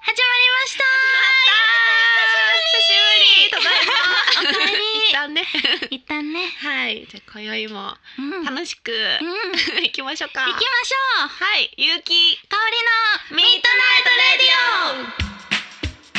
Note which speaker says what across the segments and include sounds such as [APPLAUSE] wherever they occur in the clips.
Speaker 1: 始まりました。始まりました。久しぶり。
Speaker 2: 久しぶり。
Speaker 1: おかえり
Speaker 2: 一
Speaker 1: り。
Speaker 2: 旦ね。
Speaker 1: 一旦ね。
Speaker 2: はい。じゃあ今宵も
Speaker 1: うん。うん。行き
Speaker 2: 楽しく
Speaker 1: まし
Speaker 2: 行きましょうか。
Speaker 1: ょう。
Speaker 2: はい。ゆうき
Speaker 1: 香りの
Speaker 2: ミッドナイトレディ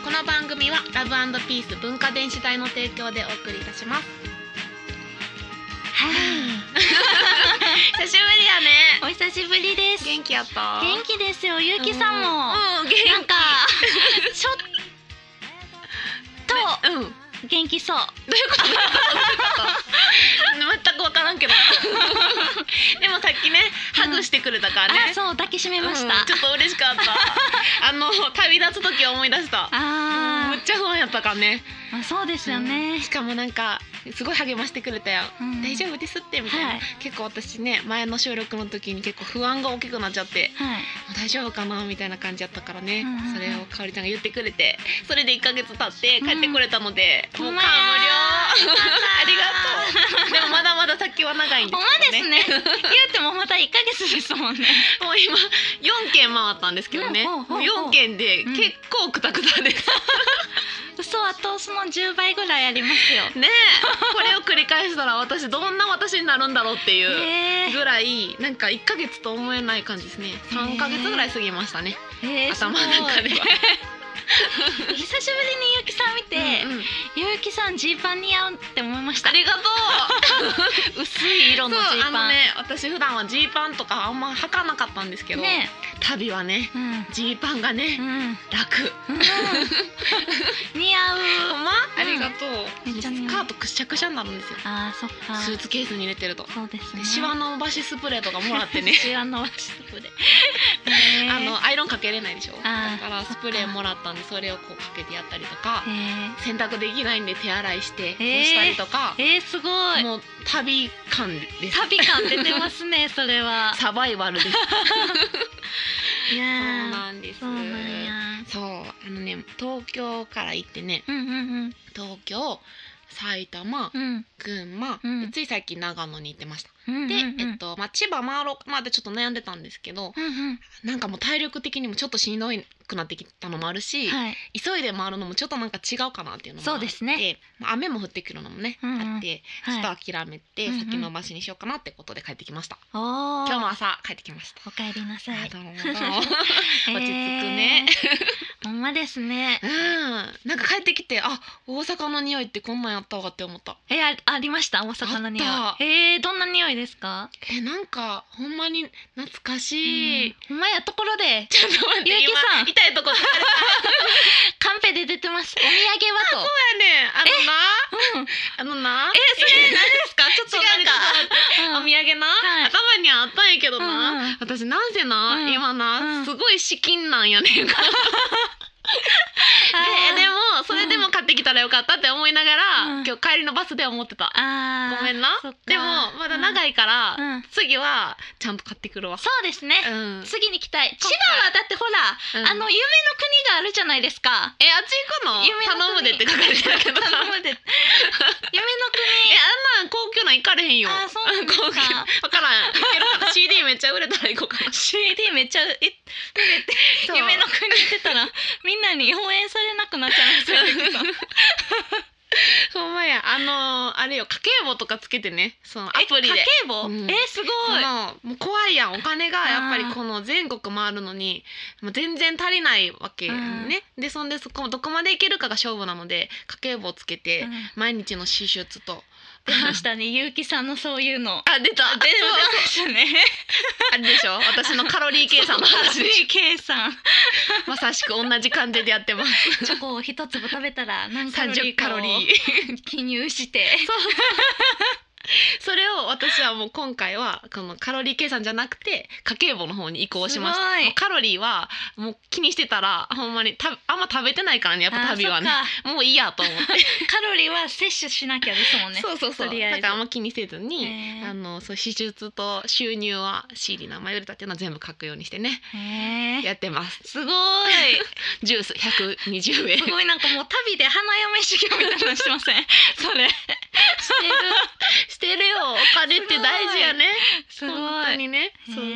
Speaker 2: オ。この番組はラブピース文化電子台の提供でお送りいたします。
Speaker 1: は
Speaker 2: 久しぶりやね。
Speaker 1: い。お久しぶりです。
Speaker 2: 元気やった。
Speaker 1: 元気ですよ。ゆうきさんも。
Speaker 2: うん、元気。
Speaker 1: なんかちょっ
Speaker 2: と、うん。
Speaker 1: と元気そう。
Speaker 2: 全く分からんけど [LAUGHS] でもさっきねハグしてくれたからね、
Speaker 1: あ、そう抱きしめまし
Speaker 2: うんちょ
Speaker 1: た。
Speaker 2: っと嬉しかった
Speaker 1: [LAUGHS]
Speaker 2: あの旅立つ時を思い出したうん
Speaker 1: あ
Speaker 2: むっちゃ不安やったからね
Speaker 1: あ、そうですよね
Speaker 2: し。かもなんかすごい励ましてくれたよ、
Speaker 1: うん
Speaker 2: 大丈夫ですってみたいな、
Speaker 1: はい
Speaker 2: 結構私ね前の収録の時に結構不安が大きくなっちゃって
Speaker 1: はい。
Speaker 2: 大丈夫かなみたいな感じやったからね、
Speaker 1: うんうんうん
Speaker 2: それをかおりちゃんが言ってくれてそれで1か月経って帰ってこれたので、
Speaker 1: うん
Speaker 2: も
Speaker 1: ほ
Speaker 2: う
Speaker 1: ん
Speaker 2: 感無
Speaker 1: ま
Speaker 2: 量 [LAUGHS]
Speaker 1: や
Speaker 2: ありがとう [LAUGHS] でもまだまだ先は長いんで
Speaker 1: ほん
Speaker 2: す
Speaker 1: ま
Speaker 2: け
Speaker 1: で
Speaker 2: ど [LAUGHS]
Speaker 1: すね。言うてもまた一ヶ月ですもんね。
Speaker 2: もう今4軒回ったんですけど
Speaker 1: う
Speaker 2: ね、
Speaker 1: んほうほうほう
Speaker 2: 4軒で結構くたく
Speaker 1: [LAUGHS]
Speaker 2: たです、
Speaker 1: 嘘はとその十倍ぐらいありますよ。
Speaker 2: ねえこれを繰り返したら私どんな私になるんだろうっていう
Speaker 1: え
Speaker 2: ぐらいなんか1か月と思えない感じですね3か月ぐらい過ぎましたね、
Speaker 1: えー
Speaker 2: 頭の中では。 [LAUGHS]
Speaker 1: すごい久しぶりにゆうきさん見て、
Speaker 2: うんうん
Speaker 1: ゆうきさんジーパン似合うって思いました
Speaker 2: ありがとう [LAUGHS]
Speaker 1: 薄い色のジー
Speaker 2: そうあ
Speaker 1: パ
Speaker 2: の
Speaker 1: ン
Speaker 2: ね私普段はジーパンとかあんま履かなかったんですけど、
Speaker 1: ね
Speaker 2: 旅はね
Speaker 1: うん、
Speaker 2: ジーパンがね、 [LAUGHS]
Speaker 1: うん、
Speaker 2: 楽
Speaker 1: うん似合う
Speaker 2: ほんま、
Speaker 1: うん
Speaker 2: ありがとう
Speaker 1: めっちゃ似合う
Speaker 2: スカートくしゃくしゃになるんですよ
Speaker 1: あーそっか
Speaker 2: スーツケースに入れてると、
Speaker 1: そうです
Speaker 2: で
Speaker 1: ね
Speaker 2: シワの伸ばしスプレーとかもらってね
Speaker 1: シワのワシスプ
Speaker 2: [LAUGHS]
Speaker 1: レー [LAUGHS] ね
Speaker 2: あのアイロンかけれないでしょ
Speaker 1: あ
Speaker 2: だ
Speaker 1: ー
Speaker 2: からスプレーもらったんでそれをこうかけてやったりとか洗濯できないんで手洗いしてこう
Speaker 1: へー
Speaker 2: したりとか
Speaker 1: えー、えー、すごい
Speaker 2: もう旅感です
Speaker 1: 旅感出てますねそれ
Speaker 2: [LAUGHS]
Speaker 1: は
Speaker 2: サバイバルです
Speaker 1: いや
Speaker 2: そう
Speaker 1: ー
Speaker 2: なんです
Speaker 1: そうなんや
Speaker 2: そうあのね東京から行ってね
Speaker 1: うんうん
Speaker 2: 東京埼玉
Speaker 1: うんうん
Speaker 2: 群馬、
Speaker 1: うん
Speaker 2: でつい最近長野に行ってました、
Speaker 1: うん
Speaker 2: で、
Speaker 1: うんうん
Speaker 2: えっとまあ、千葉回ろうかなってちょっと悩んでたんですけど
Speaker 1: うんうん
Speaker 2: なんかもう体力的にもちょっとしんどくなってきたのもあるし、
Speaker 1: はい
Speaker 2: 急いで回るのもちょっとなんか違うかなっていうのもあ
Speaker 1: そう
Speaker 2: って
Speaker 1: ですね
Speaker 2: まあ雨も降ってくるのもね、
Speaker 1: うんうん
Speaker 2: あってち
Speaker 1: はい
Speaker 2: ょっと諦めて、
Speaker 1: うんうん
Speaker 2: 先延ばしにしようかなってことで帰ってきました、
Speaker 1: おお
Speaker 2: 今日も朝帰ってきました、
Speaker 1: おかえりなさ
Speaker 2: あ
Speaker 1: い
Speaker 2: どうも
Speaker 1: [LAUGHS]
Speaker 2: どうも落ち着くね、
Speaker 1: えー [LAUGHS] ほんまですね
Speaker 2: うんなんか帰ってきてあ大阪の匂いってこんなんやったわって思った
Speaker 1: えーあありました大阪の匂い
Speaker 2: あった
Speaker 1: えー、どんな匂いですか
Speaker 2: えなんかほんまに懐かしい、
Speaker 1: ほんまやところで
Speaker 2: ちょっと待って
Speaker 1: ゆうきさん
Speaker 2: 今痛いとこ疲れた
Speaker 1: カンペで出てますお土産はと
Speaker 2: やねんあのなあのなえそれ何です [LAUGHS] かちょっとなんかお
Speaker 1: うん
Speaker 2: 土産な、
Speaker 1: はい
Speaker 2: 頭にあったんやけどな、
Speaker 1: うんうん
Speaker 2: 私なんせな、
Speaker 1: うん
Speaker 2: 今な、
Speaker 1: うん
Speaker 2: すごい資金なんやねんか、でで
Speaker 1: あ
Speaker 2: もそれでも買ってきたらよかったって思いながら、
Speaker 1: うん
Speaker 2: 今日帰りのバスで思ってた、
Speaker 1: ーあー
Speaker 2: ごめんな
Speaker 1: そっか
Speaker 2: でもまだ長いから、
Speaker 1: うんうん
Speaker 2: 次はちゃんと買ってくるわ
Speaker 1: そうですね、
Speaker 2: うん
Speaker 1: 次に来たい千葉はだってほら、
Speaker 2: うん
Speaker 1: あの夢の国があるじゃないですか
Speaker 2: [LAUGHS] えあっち行くの
Speaker 1: 夢の国
Speaker 2: 頼むでって書かれてたけどさ
Speaker 1: 頼
Speaker 2: [LAUGHS]
Speaker 1: むで夢の
Speaker 2: えあんなん高級なん行かれへんよ
Speaker 1: あそうなんですか
Speaker 2: 高級わからん行ける [LAUGHS] かな CD めっちゃ売れたら行こうかな
Speaker 1: CD めっちゃえ
Speaker 2: そう
Speaker 1: 夢の国行ってた
Speaker 2: [LAUGHS]
Speaker 1: らみんなに応援されなくなっちゃいますよゆうきさん
Speaker 2: ほんまやあのーあれよ家計簿とかつけてねそのアプリで
Speaker 1: え家計簿、
Speaker 2: うん
Speaker 1: えすご
Speaker 2: そ
Speaker 1: い
Speaker 2: のもう怖いやんお金がやっぱりこの全国回るのにもう全然足りないわけねでそんでそこどこまでいけるかが勝負なので家計簿をつけて、
Speaker 1: うん
Speaker 2: 毎日の支出と
Speaker 1: 出ましたね、ゆうきさんのそういうの。
Speaker 2: あ出た
Speaker 1: 出ましたね。
Speaker 2: あれでしょ私のカロリー計算の [LAUGHS] 話でしょ
Speaker 1: 計算。
Speaker 2: まさしく同じ感じでやってます
Speaker 1: [LAUGHS] チョコを一粒食べたら何カロリ
Speaker 2: 30
Speaker 1: ーか
Speaker 2: カ
Speaker 1: を
Speaker 2: ロリー
Speaker 1: 記入して。
Speaker 2: そうそれを私はもう今回はこのカロリー計算じゃなくて家計簿の方に移行しまし
Speaker 1: すご
Speaker 2: た
Speaker 1: い
Speaker 2: もうカロリーはもう気にしてたらほんまにたあんま食べてないからねやっぱ旅はね
Speaker 1: あ
Speaker 2: もういいやと思っ
Speaker 1: [LAUGHS] そっ
Speaker 2: て、
Speaker 1: かカロリーは摂取しなきゃですもんね
Speaker 2: そうそうそう
Speaker 1: とりあえず
Speaker 2: だからあんま気にせずに、
Speaker 1: へ
Speaker 2: あ
Speaker 1: ー
Speaker 2: のそう支出と収入はシーリー名前売れたっていうのは全部書くようにしてね
Speaker 1: へー
Speaker 2: やってます
Speaker 1: すごい
Speaker 2: ジュース120円
Speaker 1: すごいなんかもう旅で花嫁修行みたいなのしてませんそれ
Speaker 2: してるしてるよお金って大事やね
Speaker 1: すご
Speaker 2: 本当
Speaker 1: い
Speaker 2: にね
Speaker 1: へー
Speaker 2: そうそ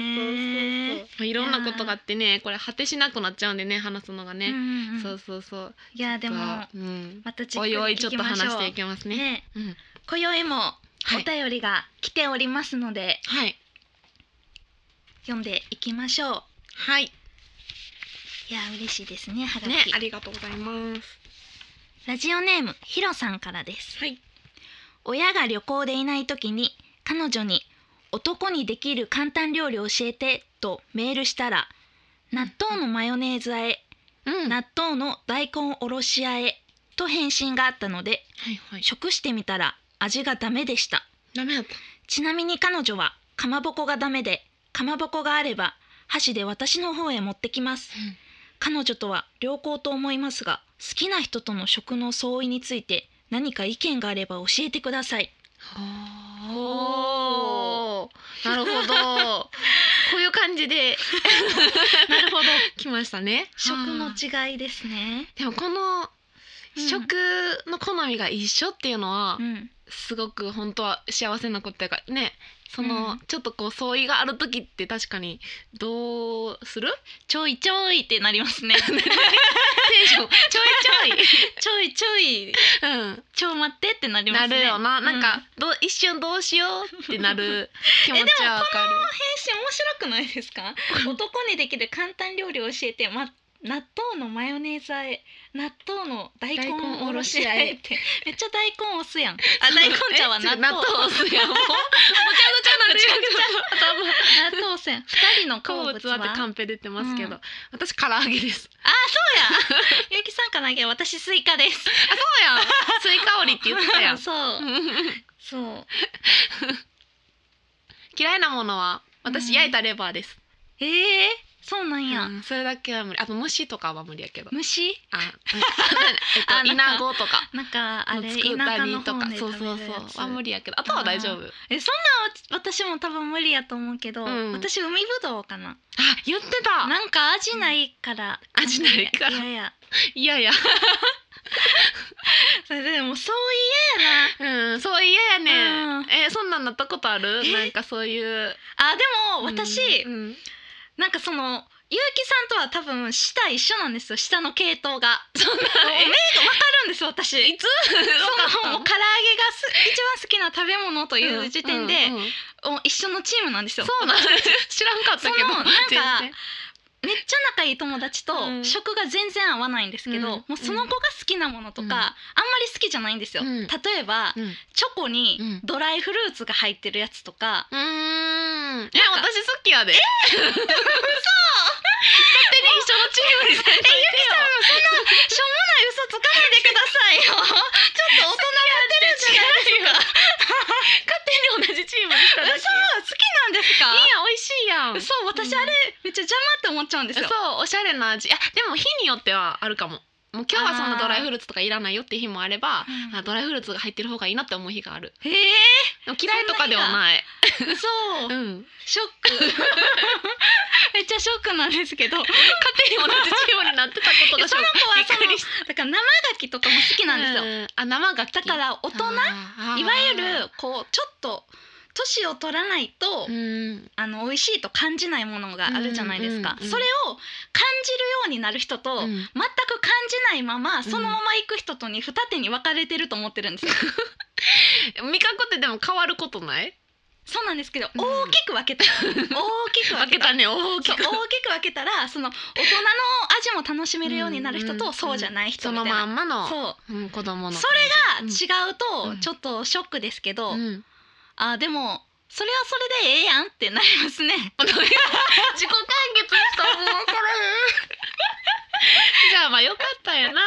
Speaker 2: うそうそういろんなことがあってねこれ果てしなくなっちゃうんでね話すのが
Speaker 1: うん
Speaker 2: ね、
Speaker 1: うんうん
Speaker 2: そうそうそう
Speaker 1: いやでも
Speaker 2: がうん、
Speaker 1: またじっ
Speaker 2: お
Speaker 1: く
Speaker 2: いお
Speaker 1: り
Speaker 2: いちょ
Speaker 1: 聞き
Speaker 2: っと
Speaker 1: ましょう
Speaker 2: 話していきますね
Speaker 1: ね
Speaker 2: うん、
Speaker 1: 今宵も
Speaker 2: はい
Speaker 1: お便りが来ておりますので、
Speaker 2: はい
Speaker 1: 読んでいきましょう
Speaker 2: はい
Speaker 1: いや嬉しいですねはがき、
Speaker 2: ねありがとうございます
Speaker 1: ラジオネームひろさんからです
Speaker 2: はい
Speaker 1: 親が旅行でいない時に彼女に男にできる簡単料理教えてとメールしたら納豆のマヨネーズ和え、
Speaker 2: うん
Speaker 1: 納豆の大根おろし和えと返信があったので
Speaker 2: はいはい
Speaker 1: 食してみたら味がダメでした
Speaker 2: ダメだった
Speaker 1: ちなみに彼女はかまぼこがダメでかまぼこがあれば箸で私の方へ持ってきます
Speaker 2: うん
Speaker 1: 彼女とは良好と思いますが好きな人との食の相違について何か意見があれば教えてください
Speaker 2: おおなるほ
Speaker 1: [LAUGHS]
Speaker 2: どこういう感じでなるほど来ましたね
Speaker 1: 食の
Speaker 2: はい
Speaker 1: 違いですね
Speaker 2: でもこの
Speaker 1: うん
Speaker 2: 食の好みが一緒っていうのは
Speaker 1: うん
Speaker 2: すごく本当は幸せなことやからねそうの
Speaker 1: ん
Speaker 2: ちょっとこう相違がある時って確かにどうす [LAUGHS] る
Speaker 1: ちょいちょいってなり [LAUGHS] ますねちょい
Speaker 2: テンションちょい
Speaker 1: ちょい
Speaker 2: ちょ [LAUGHS] い、うん
Speaker 1: ちょ待ってってなりま
Speaker 2: な
Speaker 1: すね
Speaker 2: るよななん
Speaker 1: う
Speaker 2: かどう一瞬どうしようってなる気持ちはわかる
Speaker 1: 返信面白くないですか男にできる簡単料理を教えて、ま、納豆のマヨネーズ和え納豆の大根おろし和えって [LAUGHS] めっちゃ大根押す
Speaker 2: [LAUGHS]
Speaker 1: やんあ大根ちゃうわ
Speaker 2: [LAUGHS] え
Speaker 1: 納豆
Speaker 2: 納豆押すやんもうごちゃごちゃになる
Speaker 1: [LAUGHS] 納豆押すやん二人の好
Speaker 2: [LAUGHS] 好
Speaker 1: 物
Speaker 2: 物は
Speaker 1: は
Speaker 2: ってカ
Speaker 1: あ
Speaker 2: ンペ出てますけど、
Speaker 1: うん
Speaker 2: 私唐揚げです
Speaker 1: そうやゆきさんかなげ私スイカ
Speaker 2: [LAUGHS]
Speaker 1: です
Speaker 2: そうやん [LAUGHS] スイカ折りって言ってたや
Speaker 1: [LAUGHS]
Speaker 2: ん [LAUGHS]
Speaker 1: そうそう
Speaker 2: 嫌いなものは
Speaker 1: う
Speaker 2: 私
Speaker 1: ん
Speaker 2: 焼いたレバーです、
Speaker 1: えー、そうなんや、
Speaker 2: うんそれだけは無理あと虫とかは無理やけど
Speaker 1: 虫
Speaker 2: あ、
Speaker 1: [LAUGHS]
Speaker 2: うん
Speaker 1: あ
Speaker 2: えっと、
Speaker 1: な
Speaker 2: イ
Speaker 1: んか
Speaker 2: ナゴとか
Speaker 1: なんかあ
Speaker 2: の
Speaker 1: れ
Speaker 2: 作
Speaker 1: 田
Speaker 2: った
Speaker 1: 舎の
Speaker 2: りと
Speaker 1: 方
Speaker 2: か
Speaker 1: で
Speaker 2: そう
Speaker 1: 食べ
Speaker 2: そう
Speaker 1: る
Speaker 2: そう
Speaker 1: やつ
Speaker 2: は無理やけどあとは大丈夫あ
Speaker 1: えそんなわ私も多分無理やと思うけど、
Speaker 2: うん
Speaker 1: 私海ぶどうかな
Speaker 2: 言ってた
Speaker 1: なんか味ないから、
Speaker 2: うん味ないから
Speaker 1: いやいや
Speaker 2: いやいや
Speaker 1: それでもそう言え
Speaker 2: うんそう嫌やね
Speaker 1: うん
Speaker 2: んえそんなんなったことある
Speaker 1: え
Speaker 2: なんかそういう
Speaker 1: やなあでも私、
Speaker 2: うんうん
Speaker 1: なんかそのゆうきさんとは多分下一緒なんですよ下の系統が
Speaker 2: そんな
Speaker 1: 目が分かるんですよ私
Speaker 2: いつ
Speaker 1: [LAUGHS] その
Speaker 2: わ
Speaker 1: もう
Speaker 2: かっ
Speaker 1: 唐揚げがす一番好きな食べ物と
Speaker 2: た
Speaker 1: いう時点で、
Speaker 2: うんうんうん
Speaker 1: お一緒のチームなんですよ
Speaker 2: そうなん知らんかったけど
Speaker 1: そのなんか
Speaker 2: 全然
Speaker 1: めっちゃ仲いい友達と
Speaker 2: うん
Speaker 1: 食が全然合わないんですけど、
Speaker 2: うん
Speaker 1: もうその子が好きなものとか、
Speaker 2: うん
Speaker 1: あんまり好きじゃないんですよ、
Speaker 2: うん
Speaker 1: 例えば、
Speaker 2: うん
Speaker 1: チョコに
Speaker 2: うん
Speaker 1: ドライフルーツが入ってるやつとか、
Speaker 2: うーん。え、私好きやで。え、嘘。勝手に一緒のチームにされてよ。
Speaker 1: しょうもない嘘つかないでくださいよちょっと
Speaker 2: 違うよ。勝手に同じチームにした
Speaker 1: 大人
Speaker 2: だけ。
Speaker 1: 嘘好きなんですか
Speaker 2: いいやん、美味しいやん。
Speaker 1: 嘘私あれめっちゃ邪魔って思っちゃうんですよ
Speaker 2: そう、おしゃれな味。あ、でも日によってはあるかも。もう今日はそんなドライフルーツとかいらないよって日もあれば、
Speaker 1: うん
Speaker 2: あドライフルーツが入ってる方がいいなって思う日がある。
Speaker 1: へ
Speaker 2: でも嫌いとかではない。
Speaker 1: え嘘
Speaker 2: うん。
Speaker 1: ショック
Speaker 2: [LAUGHS]
Speaker 1: めっちゃショックなんですけど
Speaker 2: 勝手に同じチームになってたこと
Speaker 1: いや
Speaker 2: が
Speaker 1: その子はその
Speaker 2: びっくりし
Speaker 1: だから生牡蠣とかも好き
Speaker 2: た
Speaker 1: なんですよ、
Speaker 2: うんあ、生が
Speaker 1: だから大人いわゆるこうちょっと年を取らないと、
Speaker 2: うん、
Speaker 1: あの美味しいと感じないものがあるじゃないですか、
Speaker 2: うんうんうん
Speaker 1: それを感じるようになる人と、全く
Speaker 2: うん
Speaker 1: 感じないままそのまま行く人とに二手に分かれてると思ってるん
Speaker 2: [LAUGHS]
Speaker 1: ですよ、
Speaker 2: 味覚ってでも変わることない
Speaker 1: そうなんですけど
Speaker 2: うん
Speaker 1: 大きく分
Speaker 2: [LAUGHS]
Speaker 1: けた、大きく分けた
Speaker 2: ね大
Speaker 1: そう大きく分けたらその大人の味も楽しめるようになる人
Speaker 2: うんうんう
Speaker 1: と
Speaker 2: ん
Speaker 1: そうじゃない人
Speaker 2: そ
Speaker 1: みた
Speaker 2: の
Speaker 1: いな、
Speaker 2: まんまの
Speaker 1: そう
Speaker 2: うん、子供の
Speaker 1: そが違う
Speaker 2: う
Speaker 1: と
Speaker 2: ん
Speaker 1: ちょっとショックですけど、
Speaker 2: うんうん
Speaker 1: あでもそれはそれでええやんってなりますね。
Speaker 2: [LAUGHS] 自己完結したもう分 [LAUGHS] からへんじゃあまあよかったんやな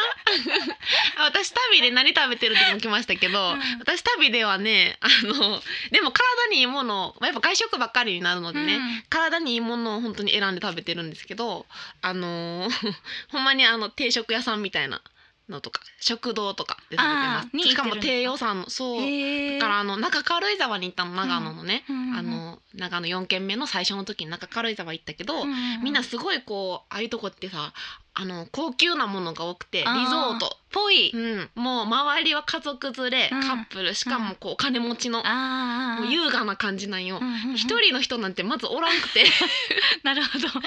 Speaker 2: あ私旅で何食べてるってのも来ましたけど、
Speaker 1: ん
Speaker 2: 私旅ではねあのでも体にいいものをまあやっぱ外食ばっかりになるのでね、
Speaker 1: うん
Speaker 2: 体にいいものを本当に選んで食べてるんですけどあのー [LAUGHS] ほんまにあの定食屋さんみたいなのとか食堂とかで食べてま
Speaker 1: あーに
Speaker 2: すしかも
Speaker 1: 行ってるんですか
Speaker 2: 低予算のそう、
Speaker 1: へ
Speaker 2: だ
Speaker 1: え
Speaker 2: からあの中軽井沢に行ったの長野のね、
Speaker 1: うんうんうん
Speaker 2: あの長野4軒目の最初の時に中軽井沢行ったけど、みんな
Speaker 1: っ
Speaker 2: すごいこうああいうとこってさあの高級なものが多くてリゾート
Speaker 1: ぽい、
Speaker 2: うん、もう周りは家族連れ、
Speaker 1: うん
Speaker 2: カップルしかもこうお金持ちの、
Speaker 1: ああ
Speaker 2: もう優雅な感じなんよ
Speaker 1: うんうんうん
Speaker 2: 一、人の人なんてまずおらんくてすっ
Speaker 1: なるほど
Speaker 2: ごい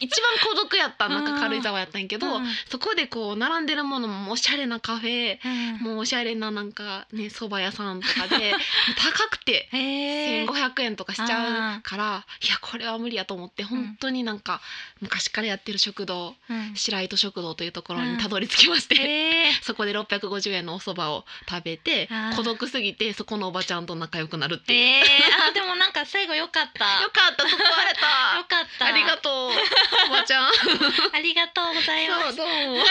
Speaker 2: 一番孤独やったなん
Speaker 1: うん
Speaker 2: か軽井沢やったんやけど、
Speaker 1: うん
Speaker 2: そこでこう並んでるものもおしゃれなカフェ
Speaker 1: うん
Speaker 2: もうおしゃれななんかね蕎麦屋さんと
Speaker 1: [LAUGHS]
Speaker 2: かでもう高くて
Speaker 1: へえ
Speaker 2: 1500円とかしちゃうからいやこれは無理やと思って本当になんか昔からやってる食堂
Speaker 1: うん
Speaker 2: 白糸食堂というところにたどり着きまして、
Speaker 1: へえ
Speaker 2: そこで650円のお蕎麦を食べて
Speaker 1: あー
Speaker 2: 孤独すぎてそこのおばちゃんと仲良くなるっていう、
Speaker 1: えー、あでもなんか最後良かった
Speaker 2: [LAUGHS] よかった救わ
Speaker 1: よ
Speaker 2: れた
Speaker 1: かった
Speaker 2: ありがとうおば
Speaker 1: [LAUGHS]
Speaker 2: ちゃん
Speaker 1: ありがとうございま
Speaker 2: そう
Speaker 1: す
Speaker 2: どうも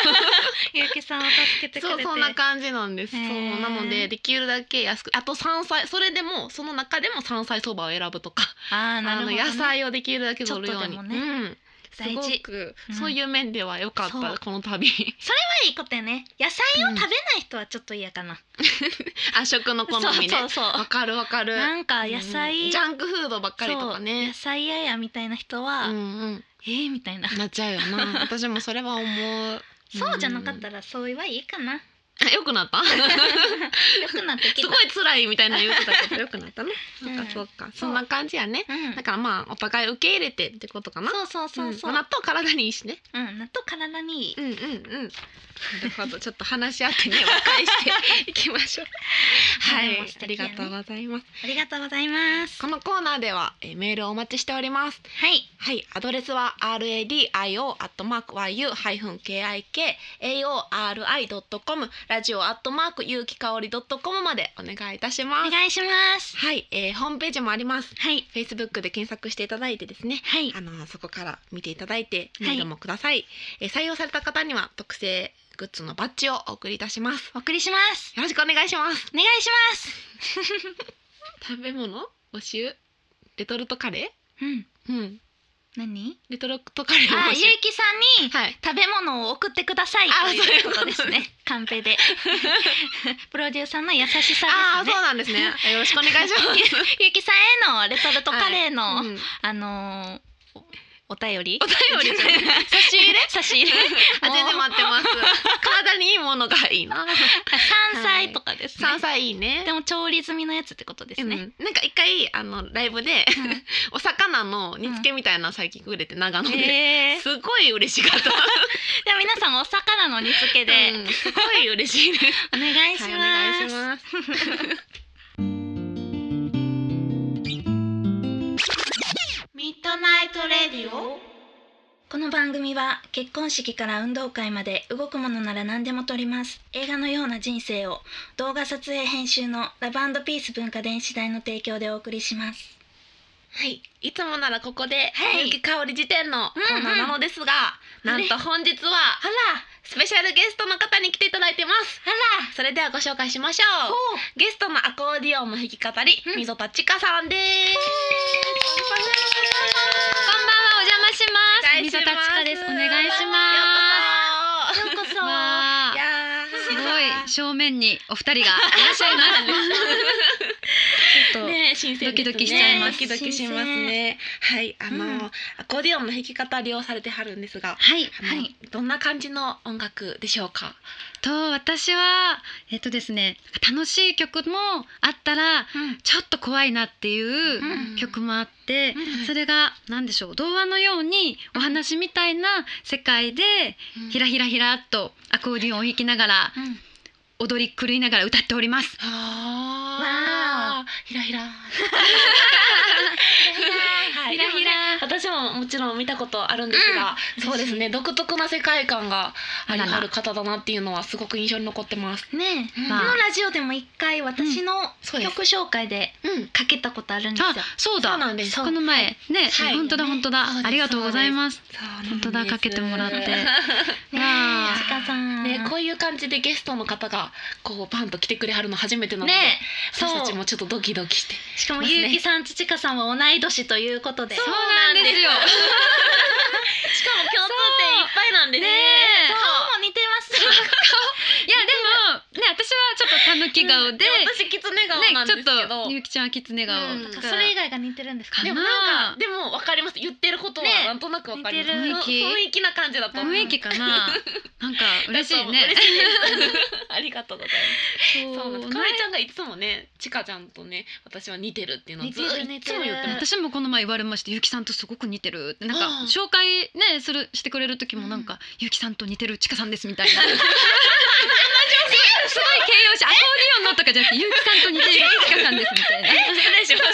Speaker 1: ゆうきさんを助けてくれ
Speaker 2: そう
Speaker 1: て
Speaker 2: そんな感じなんです、
Speaker 1: へー
Speaker 2: そうなのでできるだけ安くあと山菜それでもその中でも山菜そばを選ぶとか
Speaker 1: あーな
Speaker 2: あ
Speaker 1: るほ
Speaker 2: の
Speaker 1: どね、
Speaker 2: 野菜をできるだけ取るように
Speaker 1: ちょっとでもね
Speaker 2: うんす
Speaker 1: 大
Speaker 2: ご
Speaker 1: 事
Speaker 2: く、
Speaker 1: うん
Speaker 2: そういう面では良かっ
Speaker 1: そう
Speaker 2: たこの旅 [LAUGHS]
Speaker 1: いいことやね野菜を食べない人はちょっと嫌かな、
Speaker 2: あ食の好みね
Speaker 1: そうそうそ
Speaker 2: わかるわか
Speaker 1: う
Speaker 2: る
Speaker 1: なんか野菜、
Speaker 2: うんジャンクフードばっかりとか
Speaker 1: そう
Speaker 2: ね
Speaker 1: 野菜ややみたいな人は、
Speaker 2: うんうん
Speaker 1: えー、みたいな、
Speaker 2: なっちゃうよ
Speaker 1: [LAUGHS]
Speaker 2: な私もそれは思う
Speaker 1: そうじゃなかったらそうはいいかな
Speaker 2: あよくなった
Speaker 1: [LAUGHS] 良くなってきた
Speaker 2: [LAUGHS] すごい辛いみたいな言うてたけどよくなったねそ
Speaker 1: [LAUGHS]
Speaker 2: っ
Speaker 1: うん
Speaker 2: かそっかそんな感じやね
Speaker 1: うん
Speaker 2: だからまあお互い受け入れてってことかな
Speaker 1: そうそうそうそう、
Speaker 2: んまあ納豆体にいいしね
Speaker 1: うん、納豆体にいい
Speaker 2: うんうんうんなるほどちょっと話し合ってね和解していきましょう [LAUGHS] はい、
Speaker 1: はい
Speaker 2: ありがとうございます
Speaker 1: ありがとうございます
Speaker 2: このコーナーではえーメールをお待ちしております
Speaker 1: はい
Speaker 2: はい、アドレスは radio アットマーク yu ハイフン k i k a o r i ドットコムラジオアットマーク有機香りドットコムまでお願いいたしま
Speaker 1: お
Speaker 2: す。
Speaker 1: 願いします
Speaker 2: はい、えー、ホームページもあります。
Speaker 1: はい、
Speaker 2: Facebook で検索していただいてですね。
Speaker 1: はい
Speaker 2: あのそこから見ていただいて
Speaker 1: はい
Speaker 2: メールもください。えー採用された方には特製グッズのバッジをお送りいたします。
Speaker 1: お送りします
Speaker 2: よろしくお願いします。
Speaker 1: お願いします
Speaker 2: 食べ物募集レトルトカレ
Speaker 1: うん
Speaker 2: ー？うん、
Speaker 1: 何
Speaker 2: レトルトカレーを
Speaker 1: あ
Speaker 2: 募
Speaker 1: ゆう
Speaker 2: 集。
Speaker 1: きさんに
Speaker 2: はい。
Speaker 1: 食べ物を送ってください
Speaker 2: あ
Speaker 1: ということです
Speaker 2: そういう
Speaker 1: ねカンペ
Speaker 2: [LAUGHS]
Speaker 1: でプロデューサーの優しさ
Speaker 2: ああ
Speaker 1: です
Speaker 2: そう
Speaker 1: ね
Speaker 2: なんですね。よろしくお願いします。
Speaker 1: ゆうきさんへのレトルトカレーの、
Speaker 2: [LAUGHS] うん
Speaker 1: あのーおお便り
Speaker 2: お便
Speaker 1: [LAUGHS]
Speaker 2: りじゃない
Speaker 1: 差し入れ差し入れ
Speaker 2: あ全然待って [LAUGHS] ます。体にいいものがいいな。
Speaker 1: 山菜とかですね、
Speaker 2: 山菜いいね。
Speaker 1: でも調理済みのやつってことです [LAUGHS]
Speaker 2: [LAUGHS]
Speaker 1: ね、
Speaker 2: うんなんか一回あのライブで、お魚の煮付けみたいなの最近くれて長野で、
Speaker 1: えー、
Speaker 2: すごい嬉しかった。
Speaker 1: じゃあ皆さんもお魚の煮付けで、
Speaker 2: うんすごい嬉しいです。
Speaker 1: お願いします,、
Speaker 2: [LAUGHS] はいお願いします。
Speaker 1: ミッドナイトレディオこの番組は結婚式から運動会まで動くものなら何でも撮ります映画のような人生を動画撮影編集のラブピース文化電子台の提供でお送りします
Speaker 2: はい、いつもならここで、
Speaker 1: はい
Speaker 2: ゆきかおり辞典のコーナーなのですが、
Speaker 1: うんうん
Speaker 2: なんと本日は
Speaker 1: あら
Speaker 2: スペシャルゲストの方に来ていただいてます。
Speaker 1: あら
Speaker 2: それではご紹介しましょう。ゲストのアコーディオンの弾き語り、
Speaker 1: うん
Speaker 2: 溝田千佳さんです。こんばん
Speaker 3: こんばん
Speaker 2: は。
Speaker 3: は、お邪魔しま
Speaker 2: お
Speaker 3: す。
Speaker 2: 願いしま
Speaker 3: 溝田千佳です。お願いし
Speaker 2: ます。ようこ
Speaker 1: ようこそ
Speaker 3: ます。わ
Speaker 1: [LAUGHS]
Speaker 2: [LAUGHS] そ。い
Speaker 3: あ、
Speaker 2: やー、
Speaker 3: すごい正面にお二人がいらっしゃいます。ちょっと、
Speaker 2: ね、新鮮ですね
Speaker 3: ドキドキしちゃいます
Speaker 2: ドキドキしますね。はい、あの、
Speaker 1: うん
Speaker 2: アコーディオンの弾き語りをされてはるんですが。
Speaker 3: はい、
Speaker 2: あの
Speaker 3: はい。
Speaker 2: どんな感じの音楽でしょうか。
Speaker 3: と私はえっとですね、楽しい曲もあったら
Speaker 2: うん
Speaker 3: ちょっと怖いなっていう
Speaker 2: うん
Speaker 3: 曲もあって、
Speaker 2: うん
Speaker 3: それが何でしょう、童話のようにお話みたいな世界でひらひらひらっとアコーディオンを弾きながら
Speaker 2: うん
Speaker 3: 踊り狂いながら歌っております。
Speaker 2: ああ、ひらひら。はい
Speaker 3: ひらひら。
Speaker 2: 私ももちろん見たことあるんですが、そうですね独特な世界観があり
Speaker 3: あらら
Speaker 2: ある方だなっていうのはすごく印象に残ってます。
Speaker 1: ねえ、
Speaker 3: まあ
Speaker 1: このラジオでも一回私の
Speaker 2: そうです
Speaker 1: 曲紹介で
Speaker 2: うん、
Speaker 1: かけたことあるんですよ
Speaker 3: あ、そうだ。
Speaker 2: そうなんです
Speaker 3: この前ね、
Speaker 2: はい
Speaker 3: 本当だ本当だ、
Speaker 2: そうです
Speaker 3: ありがとうございます。
Speaker 2: そうなんです
Speaker 3: 本当だかけてもらって。
Speaker 1: ねえ
Speaker 3: わあ
Speaker 1: ちかさん
Speaker 2: ね、こういう感じでゲストの方がこうバンと来てくれはるの初めてなので、
Speaker 1: ねそう
Speaker 2: 私たちもちょっとドキドキして
Speaker 1: しかも
Speaker 2: ますね
Speaker 1: ゆうきさんちちかさんは同い年ということで
Speaker 3: そうなんですよ。
Speaker 1: しかも共通点いっぱいなんでね
Speaker 3: ねえ
Speaker 1: 顔も似てます
Speaker 3: いやでもね私はちょっとたぬき顔で、
Speaker 2: 私キツネ顔なん
Speaker 3: ね
Speaker 2: です
Speaker 3: ち
Speaker 2: け
Speaker 3: ょっ
Speaker 2: ど、
Speaker 3: とゆうきちゃんはきつね顔。
Speaker 2: うん
Speaker 1: なんかそれ以外が似てるんですか
Speaker 3: か
Speaker 2: で
Speaker 1: ね
Speaker 2: もなんかでもわかります言ってることは
Speaker 1: ね
Speaker 2: なんとなくわかります、
Speaker 1: 似
Speaker 3: てる
Speaker 2: 雰囲気な感じだと思う
Speaker 3: 雰囲気かな。なんか嬉しいね。
Speaker 2: 嬉しいですありがとうございますそうなんですかなえちゃんがいつもねちかちゃんとね私は似てるっていうのをずっとい
Speaker 1: 似
Speaker 2: つ
Speaker 1: てる
Speaker 2: も
Speaker 1: 似てる
Speaker 2: 言って
Speaker 3: [LAUGHS]
Speaker 2: ます
Speaker 3: 私もこの前言われましてゆうきさんとすごく似てるってなん
Speaker 2: ああ
Speaker 3: か紹介ねするしてくれる時もなんか、ゆうきさんと似てるちかさんですみた
Speaker 2: [LAUGHS]
Speaker 3: いなすごい形容詞アコーディオンのとかじゃなくてゆうきさんと似てるちかさんですみたいな
Speaker 2: [LAUGHS] 失礼しました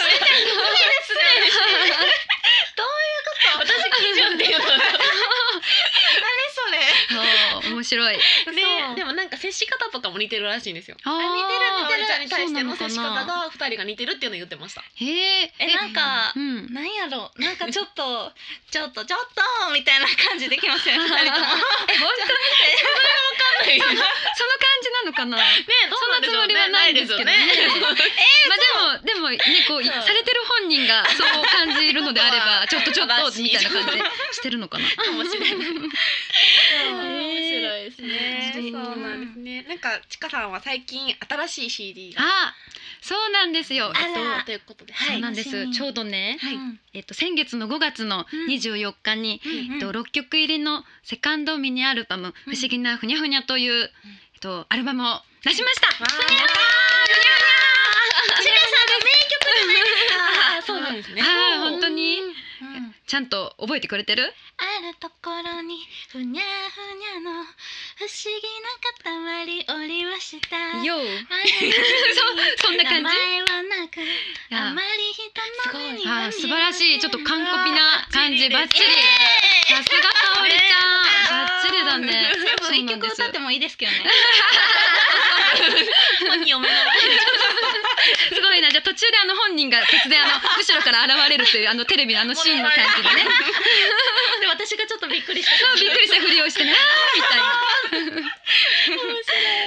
Speaker 2: 私基準っていうのが
Speaker 3: そう面白い
Speaker 2: ね、でもなんか接し方とかも似てるらしいんですよ。
Speaker 1: 似
Speaker 3: あ
Speaker 2: か
Speaker 1: て
Speaker 2: お
Speaker 1: る
Speaker 2: り
Speaker 1: 似
Speaker 2: ちゃんに対しての
Speaker 3: そう
Speaker 2: 接し
Speaker 3: なのか
Speaker 2: 方が
Speaker 3: な
Speaker 2: 二人が似てるっていうのを言ってました。
Speaker 3: へえ
Speaker 1: えなんか [LAUGHS]
Speaker 3: うん
Speaker 1: なんやろなんかちょっとちょっとちょっとみたいな感じできますよね二人 [LAUGHS] とも
Speaker 3: え本当
Speaker 2: [LAUGHS] ね、どう
Speaker 3: その感じなのかなま
Speaker 2: なんでしょうね
Speaker 3: [LAUGHS] そんなつもりはないんです
Speaker 2: よ
Speaker 3: けど
Speaker 2: ね
Speaker 3: ね。あでもでもねこうい
Speaker 2: そう
Speaker 3: されてる本人がそう感じるのであればちょっとちょっと
Speaker 2: らしい
Speaker 3: みたいな感じしてるのかな
Speaker 2: かもしれない。面
Speaker 1: 面
Speaker 2: 白いですね。
Speaker 1: そう
Speaker 2: そうなんですね。なんかちかさんは最近新しい CD が
Speaker 3: [LAUGHS] あそうなんですよ。
Speaker 1: あ
Speaker 3: えっと
Speaker 1: ら
Speaker 2: ということで、
Speaker 1: ら
Speaker 2: は
Speaker 3: そ
Speaker 2: い。 [LAUGHS]
Speaker 3: うなんで
Speaker 1: 楽し
Speaker 3: す。
Speaker 1: み
Speaker 3: ちょうどね、
Speaker 2: はい
Speaker 3: えっと先月の5月の
Speaker 1: うん
Speaker 3: 24日に、
Speaker 1: うん
Speaker 3: えっと6曲入りのセカンドミニアルバム「
Speaker 1: うん
Speaker 3: 不思議なふにゃふにゃ」という、えっとアルバムを出しました。
Speaker 2: わ
Speaker 1: ちかさんの名曲じゃない
Speaker 2: あ、
Speaker 1: ですか
Speaker 2: そうなんですね。
Speaker 3: ああ本当に
Speaker 1: うん
Speaker 3: ちゃんと覚えてくれてる？
Speaker 1: あるところにふにゃふにゃの不思議な塊おりました
Speaker 3: よう。 [LAUGHS]
Speaker 1: 我が家に
Speaker 3: そそんな感じ
Speaker 1: 名前はなく
Speaker 3: あ
Speaker 1: あまり人の目には
Speaker 3: あ
Speaker 1: 見えない
Speaker 3: 素晴らしいちょっと完コピな感じ
Speaker 2: う
Speaker 3: バ
Speaker 2: わ
Speaker 3: ッチリ。さすがかおりちゃんバッチリだね。
Speaker 1: [LAUGHS]
Speaker 3: そう
Speaker 1: 全部一曲歌って
Speaker 3: も
Speaker 1: もいいですけどね。
Speaker 2: 本人おめでと
Speaker 3: すごいなじゃあ途中であの本人が突然あの後ろから現れるというあのテレビのあのシーンの感じ
Speaker 1: [LAUGHS]
Speaker 3: でね。
Speaker 1: で私がちょっとびっくりした。
Speaker 3: そうびっくりしたふりをしてねあーみたいな。
Speaker 2: う。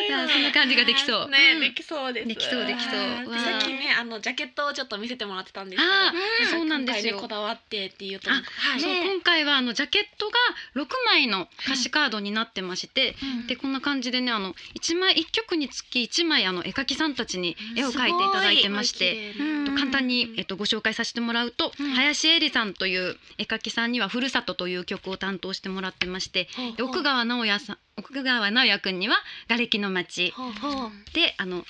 Speaker 3: いやそんな感じができそう
Speaker 2: ね、
Speaker 3: うん
Speaker 2: できそうです。
Speaker 3: できそうできそう
Speaker 2: はい
Speaker 3: わあ
Speaker 2: さっきね、あのジャケットをちょっと見せてもらってたんですけど。
Speaker 3: あ
Speaker 1: うん
Speaker 3: ーそうなんです
Speaker 2: 今回ね
Speaker 3: よ
Speaker 2: こ。だわってっていうとなんか。はい
Speaker 3: そう
Speaker 1: ね
Speaker 3: 今回はあのジャケットが6枚の歌詞カードになってまして、でこんな感じでねあの1枚1曲につき1枚あの絵描きさんたちに絵を描いていただいてまして。
Speaker 1: うん
Speaker 3: 簡単に、えっと、ご紹介させてもらうと、
Speaker 1: うん
Speaker 3: 林絵理さんという絵描きさんには「ふるさと」という曲を担当してもらってましてで奥川直也さん奥川直也くんには「瓦礫の街
Speaker 1: ほうほう。
Speaker 2: ほう
Speaker 3: であの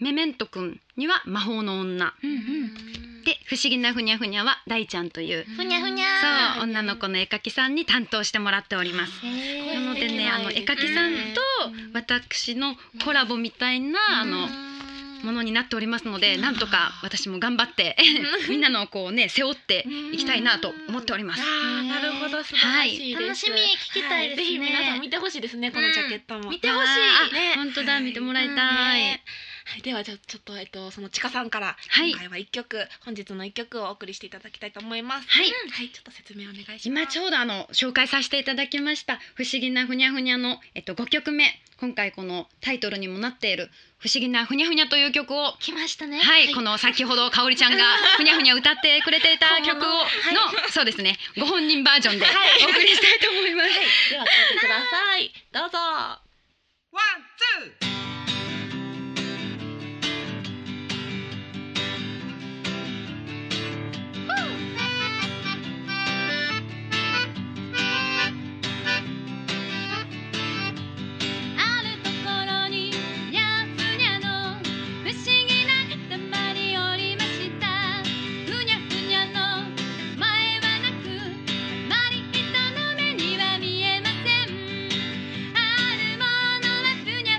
Speaker 3: メメントくんには「魔法の女
Speaker 1: うんうん。
Speaker 3: で「不思議なふにゃふにゃ」は大ちゃんという
Speaker 1: ふにゃふにゃ
Speaker 3: そう女の子の絵描きさんに担当してもらっております。
Speaker 1: へ
Speaker 3: な
Speaker 1: ー
Speaker 3: のでねあの絵描きさんと私のコラボみたいなあのものになっておりますのでなんとか私も頑張ってみんなのこうね背負っていきたいなと思っております。
Speaker 2: あーなるほど素晴らしいです、
Speaker 1: はい楽しみ聞きたいですね
Speaker 2: ぜひ皆さん見てほしいですねこのジャケットも、
Speaker 1: 見てほしい。
Speaker 3: あー
Speaker 1: ね。
Speaker 3: 本当だ見てもらいたい。
Speaker 2: ねはい、ではじゃあちょっとえっとそのちかさんから
Speaker 3: はい
Speaker 2: 今回は一曲、本日の一曲をお送りしていただきたいと思います。
Speaker 3: はい
Speaker 2: うんはい、ちょっと説明お願いします。
Speaker 3: 今ちょうどあの紹介させていただきました「不思議なふにゃふにゃの」えっと、5曲目今回このタイトルにもなっている「不思議なふにゃふにゃ」という曲を
Speaker 1: 来ましたね。
Speaker 3: はい、この先ほど香織ちゃんがふにゃふにゃ歌ってくれていた曲をの、
Speaker 1: 本物の
Speaker 3: そうですねご本人バージョンでお送りしたいと思います、
Speaker 2: では聴いてください。どうぞ。
Speaker 4: ワン、ツー。
Speaker 5: あるところにニャーふニャの不思議な塊おりましたふにゃふにゃの前はなくあまり人の目には見えませんあるものはふにゃ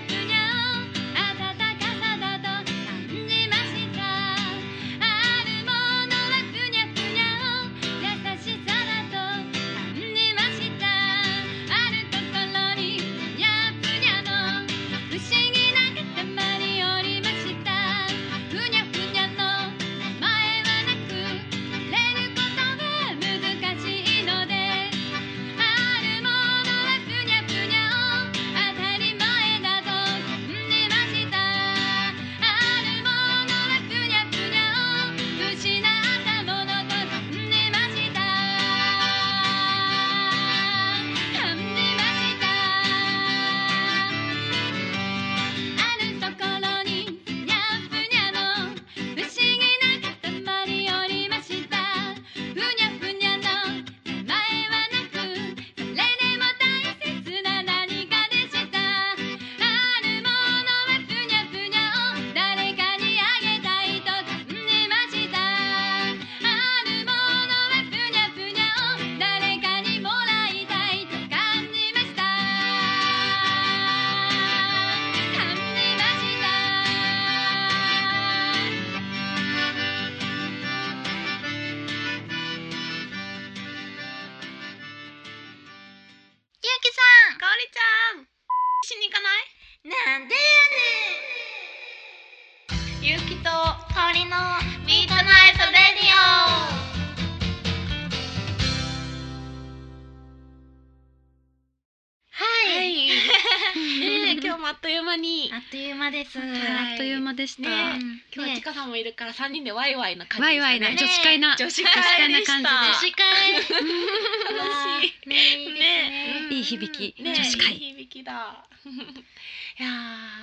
Speaker 2: りちゃんしに行かな
Speaker 1: な
Speaker 2: い
Speaker 1: んでやねんゆうきと香りのミートナイトレディオ
Speaker 2: [LAUGHS]
Speaker 1: はい、
Speaker 2: いねえ今日もあっという間に
Speaker 1: あっという間です、
Speaker 3: あっという間でした。
Speaker 2: ね
Speaker 1: うん
Speaker 2: 今日はちかさんもいるから三人でワイワイな感じ
Speaker 3: ワイワイな
Speaker 2: で
Speaker 3: 女
Speaker 2: したね
Speaker 3: 子会な。
Speaker 2: 女子
Speaker 3: 女子
Speaker 2: 会で
Speaker 3: 会な
Speaker 2: した
Speaker 3: 感
Speaker 1: 女
Speaker 3: じ
Speaker 1: 子会
Speaker 2: 楽しい
Speaker 1: ねいいですね
Speaker 3: いい響き
Speaker 2: ね
Speaker 3: 女子会
Speaker 2: いい響きだ [LAUGHS] いや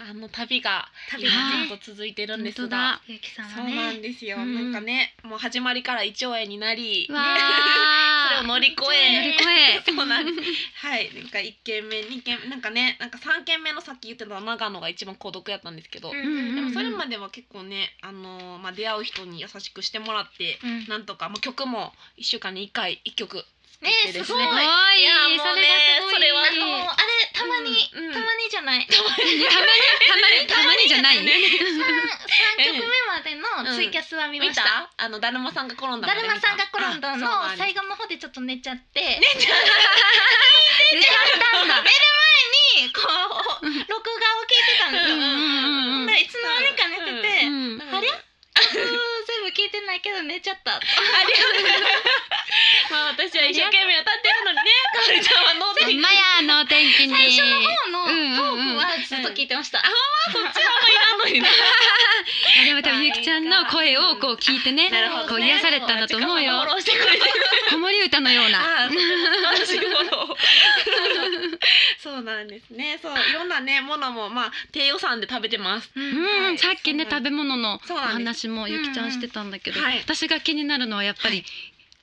Speaker 2: ーあの旅が
Speaker 1: 旅
Speaker 2: 今
Speaker 1: が
Speaker 2: ち
Speaker 1: ね
Speaker 2: ょっと続いてるん
Speaker 3: 本
Speaker 2: です
Speaker 3: 当
Speaker 2: が
Speaker 3: だ。
Speaker 1: ゆうきさん
Speaker 2: そ
Speaker 1: は
Speaker 2: うな
Speaker 1: ね
Speaker 2: んですよ、
Speaker 1: うん
Speaker 2: なんかねもう始まりから胃腸炎になり
Speaker 3: わ
Speaker 2: それ
Speaker 3: あ
Speaker 2: を。乗り越
Speaker 3: 乗り
Speaker 2: え
Speaker 3: 越え。
Speaker 2: そうなんですはいなんか1軒目2軒目なんかねなんか3軒目のさっき言ってた長野が一番孤独やったんですけど、
Speaker 1: うん
Speaker 3: うん
Speaker 2: で
Speaker 3: う
Speaker 2: も
Speaker 3: ん
Speaker 2: それまでは結構ね、あのーまあ、出会う人に優しくしてもらって、
Speaker 1: うん
Speaker 2: なんとか、まあ、曲も1週間に1回1曲
Speaker 1: ね
Speaker 2: 作ってですす
Speaker 1: ご
Speaker 2: ね
Speaker 1: い
Speaker 3: すごい。
Speaker 2: いやもうね
Speaker 3: そ
Speaker 2: そ
Speaker 3: れ
Speaker 2: れ
Speaker 3: は
Speaker 2: は
Speaker 1: あの
Speaker 3: もう
Speaker 1: あれたまに、
Speaker 2: うんうん
Speaker 1: たまにじゃないたまに
Speaker 3: いい。たまにたまにたまにじ
Speaker 2: [LAUGHS]
Speaker 3: ゃない。
Speaker 1: 三曲目までのツイキャスは見ま
Speaker 2: 見
Speaker 1: したた。
Speaker 2: あのだるまさんが転んだ
Speaker 1: だるまさんが転んだの最
Speaker 2: 後
Speaker 1: 後の方でちょっと寝ちゃって、
Speaker 3: 出ちゃったんだ。
Speaker 1: [LAUGHS] にこう録画を聞いてたんですよ。
Speaker 3: うんうんうんうん
Speaker 1: ほんならいつの間にか寝てて、
Speaker 3: うん
Speaker 1: あれ？全部聞いてないけど寝ちゃった。
Speaker 2: まあ私は一生懸命歌ってるのにねかおりちゃんは飲んで
Speaker 3: マヤの天気に。
Speaker 1: 最初の方の
Speaker 3: うん
Speaker 1: ト
Speaker 3: うんう
Speaker 1: ー
Speaker 3: ん
Speaker 1: クはずっと聞いてました。
Speaker 2: のにね
Speaker 3: いやでも多分ゆきちゃんの声をこう聞いてね
Speaker 2: なるほど、ね、
Speaker 3: こう癒されたんだと思うよ
Speaker 2: フォロー
Speaker 3: [LAUGHS]
Speaker 2: してくれてる
Speaker 3: 子守歌のような
Speaker 2: あー私フォローそうなんですねそういろんなねものもまあ低予算で食べてます
Speaker 3: [LAUGHS] うん、
Speaker 2: はい
Speaker 3: さっきね
Speaker 2: そうなん
Speaker 3: 食べ物の
Speaker 2: そ
Speaker 3: お
Speaker 2: うなんです
Speaker 3: 話もゆきちゃんしてたんだけど、
Speaker 2: うんうんはい
Speaker 3: 私が気になるのはやっぱり、
Speaker 2: は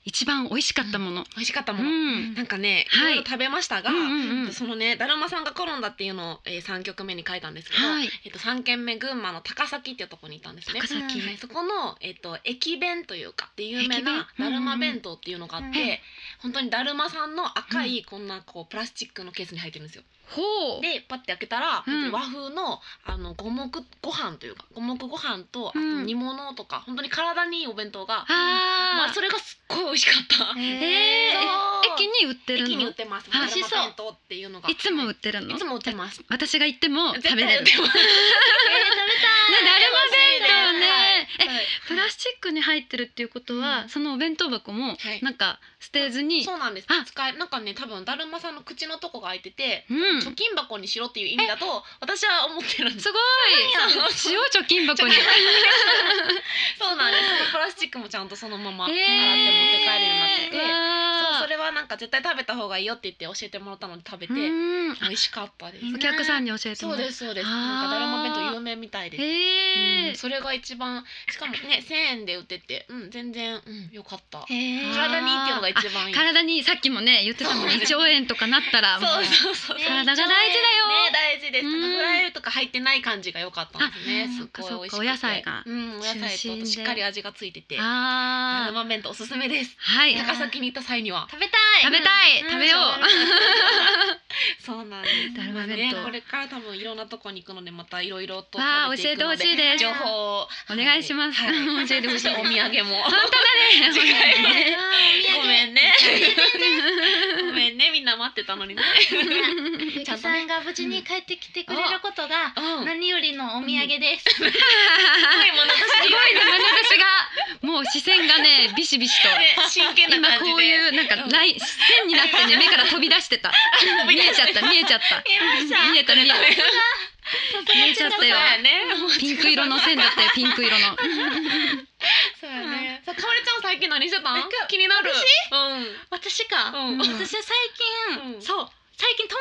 Speaker 3: 一番美味しかったもの、
Speaker 2: 美味しかった
Speaker 3: う
Speaker 2: も
Speaker 3: ん
Speaker 2: の、
Speaker 3: うん
Speaker 2: なんかねい
Speaker 3: は
Speaker 2: ろ
Speaker 3: い
Speaker 2: いろ食べましたが、
Speaker 3: うんうん
Speaker 2: そのねだるまさんが転んだっていうのを、えー、3曲目に書いたんですけど、
Speaker 3: はい
Speaker 2: えっと、3軒目群馬の高崎っていうとこにいたんですね
Speaker 3: 高崎、
Speaker 2: はい、そこの、えっと、駅弁というかで有名な
Speaker 3: 駅弁
Speaker 2: だるま弁当っていうのがあって、
Speaker 1: うんうん
Speaker 3: うん
Speaker 2: 本当にだるまさんの赤いこんなこうプラスチックのケースに入ってるんですよ。
Speaker 3: ほう
Speaker 2: でパッて開けたら、
Speaker 3: う
Speaker 2: 本
Speaker 3: ん
Speaker 2: 当に和風のあの五目ご飯というか五目ご飯とあと
Speaker 3: うん
Speaker 2: 煮物とか、本当に体にいいお弁当が、ま
Speaker 3: あ
Speaker 2: あ、それがすっごい美味しかった。
Speaker 3: ー、
Speaker 1: え
Speaker 3: え
Speaker 2: そう
Speaker 3: ー、駅に売ってる
Speaker 2: 駅に
Speaker 3: の
Speaker 2: 売ってます。
Speaker 3: あ
Speaker 2: だる
Speaker 3: 美味
Speaker 2: ま
Speaker 3: しそう
Speaker 2: 弁当っていうのが
Speaker 3: いつも売
Speaker 2: は
Speaker 3: ってるの
Speaker 2: いいつも売ってます。
Speaker 3: 私が行っても食
Speaker 2: 絶
Speaker 3: べ
Speaker 2: 対
Speaker 3: れ
Speaker 2: 売
Speaker 3: る
Speaker 2: っ
Speaker 3: ね
Speaker 2: てます。
Speaker 3: だるま弁当ね、え
Speaker 2: はい
Speaker 3: プラスチックに入ってるっていうことは、
Speaker 2: うん
Speaker 3: そのお弁当箱も
Speaker 2: はい
Speaker 3: なんか捨てずに、
Speaker 2: そうなんです
Speaker 3: あ。
Speaker 2: 使えなんかね多分だるまさんの口のとこが開いてて、
Speaker 3: うんすご
Speaker 2: 貯金箱にしろっていう意味だと私は思ってる
Speaker 3: [LAUGHS]
Speaker 2: んです。
Speaker 3: い塩貯金箱に
Speaker 2: そうなんです。 [LAUGHS] プラスチックもちゃんとそのまま洗って持って
Speaker 3: え
Speaker 2: 帰るようになってて。そう
Speaker 3: わ
Speaker 2: それはなんか絶対食べた方がいいよって言って教えてもらったので食べて
Speaker 3: ー
Speaker 2: 美
Speaker 3: うん
Speaker 2: 味しかったです
Speaker 3: お客さんに教えて
Speaker 2: そ
Speaker 3: も
Speaker 2: う
Speaker 3: ら
Speaker 2: ですそうです
Speaker 3: あー
Speaker 2: なんかだるま弁当有名みたいです
Speaker 3: へ
Speaker 2: う
Speaker 3: え
Speaker 2: ん、それが一番しかもね1000円で売ってて、うん、全然、うん、よかった
Speaker 1: ー
Speaker 3: ー
Speaker 2: 体にいいっていうのが一番いい
Speaker 3: 体にさっきもね言ってたもんね胃腸炎とかなったらも
Speaker 2: そうそうそう
Speaker 1: ね
Speaker 3: 体が大事だよ
Speaker 2: ね大事です
Speaker 3: うん
Speaker 2: フライルとか入ってない感じが良かったんですね
Speaker 3: あ
Speaker 2: すっごい美味しくて
Speaker 3: そっかそっかお野菜が
Speaker 2: うんお野菜
Speaker 3: 中心で
Speaker 2: としっかり味がついてて
Speaker 3: あー
Speaker 2: 生麺とおすすめです
Speaker 3: はい
Speaker 1: や
Speaker 2: 高崎に行った際には
Speaker 1: 食べたい。
Speaker 3: 食べたい食べよ
Speaker 2: そうなんです
Speaker 3: だるま弁当
Speaker 2: ねこれから多分いろんなとこに行くのでまたいろいろと
Speaker 3: うわあ
Speaker 2: 食
Speaker 3: 教え
Speaker 2: べ
Speaker 3: てほ
Speaker 2: いくの
Speaker 3: しいです
Speaker 2: 情報を
Speaker 3: お願いします
Speaker 2: は
Speaker 3: 教えてほ
Speaker 2: そ
Speaker 3: し
Speaker 2: し
Speaker 3: い
Speaker 2: てお土産も [LAUGHS]
Speaker 3: 本当だね
Speaker 2: ごめ
Speaker 3: [LAUGHS]
Speaker 2: んねごめんねみんな待ってたのにね
Speaker 1: ゆきさんが無事に帰ってきてくれることが
Speaker 2: うん
Speaker 1: 何よりのお土産です。
Speaker 2: すごいもの
Speaker 3: すごいね眼差しがもう視線
Speaker 1: [LAUGHS]
Speaker 3: がねビシビシと
Speaker 2: 真剣な
Speaker 3: 今
Speaker 2: 感じで
Speaker 3: こういうなんかライン線になってね目から飛び出してた
Speaker 1: [LAUGHS]
Speaker 3: 見えちゃった見えちゃった
Speaker 1: 見えました
Speaker 3: 見えた見えた見えちゃったよ
Speaker 2: そうやね
Speaker 3: ピンク色の線だっ
Speaker 1: [LAUGHS]
Speaker 3: たよピンク色の
Speaker 2: そうやねさあかおりちゃん最近何してたん気になる
Speaker 1: 私か、
Speaker 2: うん
Speaker 1: 私は最近、
Speaker 2: うん
Speaker 1: そう最近友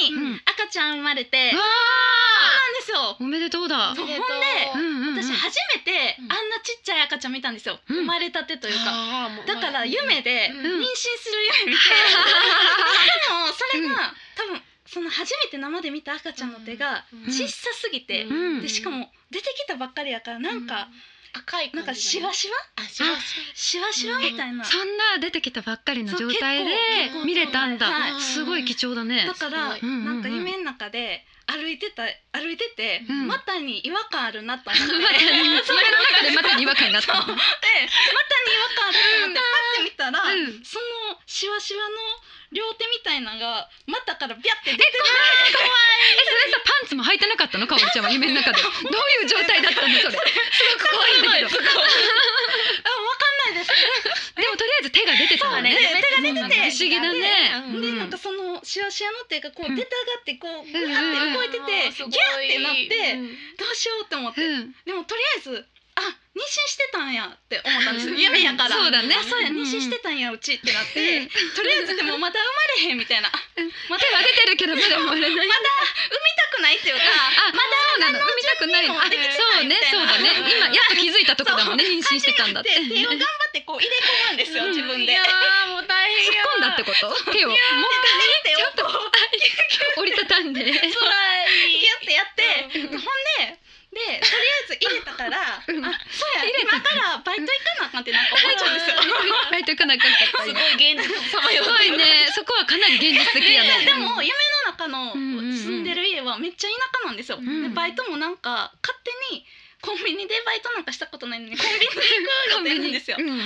Speaker 1: 達
Speaker 3: うん
Speaker 1: に赤ちゃん生まれて、
Speaker 3: う
Speaker 1: そう
Speaker 3: わ
Speaker 1: なんですよ
Speaker 3: ーおめでとうだ
Speaker 1: そうほんで
Speaker 3: うんうんうん
Speaker 1: 私初めてあ
Speaker 2: うん
Speaker 1: んなちっちゃい赤ちゃん見たんですよ、
Speaker 3: うん
Speaker 1: 生まれたてと
Speaker 2: と
Speaker 1: いうか、
Speaker 2: か
Speaker 1: だから夢で
Speaker 2: う
Speaker 1: 妊
Speaker 2: ん
Speaker 1: 娠する夢見て、でもそれが、多分その初めて生で見た赤ちゃんの手が
Speaker 2: うん
Speaker 1: 小さすぎて、
Speaker 3: うん
Speaker 1: でしかも出てきたばっかりやからなんか、
Speaker 2: 赤い
Speaker 1: なんかシワシワ
Speaker 2: あシワシ
Speaker 1: シワシワみたいな、
Speaker 3: そんな出てきたばっかりの
Speaker 1: そう
Speaker 3: 状態で
Speaker 1: 結構結構
Speaker 3: 見れたん
Speaker 1: はい
Speaker 3: だ
Speaker 2: はい
Speaker 3: すごい貴重だね
Speaker 1: だから、
Speaker 2: す
Speaker 3: ごい
Speaker 1: なんか夢の中で歩いてた歩いてて、
Speaker 3: うん
Speaker 1: 股に違和感あるなと思ってで
Speaker 3: ま
Speaker 1: 股に違
Speaker 3: たね夢の中 [LAUGHS] でまたに違和感があったの
Speaker 1: 和感あるなってパッて見たら、
Speaker 3: うん
Speaker 1: そのシワシワの両手みたたいなのが股からビャって出てて
Speaker 3: えそれさパンツも履いてなかったのかおりちゃんは夢の中
Speaker 1: [LAUGHS]
Speaker 3: でどういう状態だったのそれすごく怖いんだけど
Speaker 1: すごいあわかんないです
Speaker 3: でもとりあえず手が出てたのね
Speaker 1: そうね手が出てて
Speaker 3: 不思議だね
Speaker 2: うん
Speaker 1: でなんかそのシワシワのっていうかこう
Speaker 3: うん
Speaker 1: 出たがってこうグワって動いててギャーってなってどうしようって思って
Speaker 3: うん
Speaker 1: でもとりあえずあ妊娠してたんやって思ったん [LAUGHS] ですよ夢やから
Speaker 3: そうだね
Speaker 1: あそうや
Speaker 3: う
Speaker 1: 妊
Speaker 3: ん
Speaker 1: 娠してたんやうちってなって、
Speaker 3: うん
Speaker 1: とりあえずでもまだ生 [LAUGHS] まれへんみたいな
Speaker 3: 手は出てるけどまだ生まれない
Speaker 1: 痛くない [LAUGHS] っていうか
Speaker 3: あまだそうなの産みたくないのあ
Speaker 1: 準備も
Speaker 3: そう
Speaker 1: で
Speaker 3: ね
Speaker 1: きて
Speaker 3: そう
Speaker 1: ない
Speaker 3: だ
Speaker 1: み
Speaker 3: ね
Speaker 1: たいな
Speaker 3: 今やっと気づいたとこ
Speaker 1: [LAUGHS]
Speaker 3: だもんね妊娠してたんだって
Speaker 1: 初めて手を頑張
Speaker 3: 突っ
Speaker 1: ってこう入れ込むんですよ、自分で。
Speaker 2: いやーもう大変や
Speaker 3: 込んだってこと手をもっ
Speaker 1: 手をこう
Speaker 3: と折りたたんで
Speaker 1: ギュ [LAUGHS] ッてやって、ほんででとりあえず入れたから、あそうや
Speaker 3: 入れ
Speaker 1: 今からバイト行かなあかんってなんか思っちゃうん [LAUGHS] ですよ。
Speaker 3: バイト行かなきゃいけない
Speaker 1: ごい現実さまよ
Speaker 3: すごいねそこはかなり現実的やね
Speaker 1: でも夢の中の
Speaker 3: うんうんうん
Speaker 1: 住んでる家はめっちゃ田舎なんですよ、
Speaker 3: ん
Speaker 1: でバイトもなんか勝手にコンビニでバイトなんかしたことない
Speaker 3: [LAUGHS]
Speaker 1: のにコンビニ
Speaker 3: コンビ
Speaker 1: に行くって言うん
Speaker 3: ニ
Speaker 1: ですよ、
Speaker 3: うんうん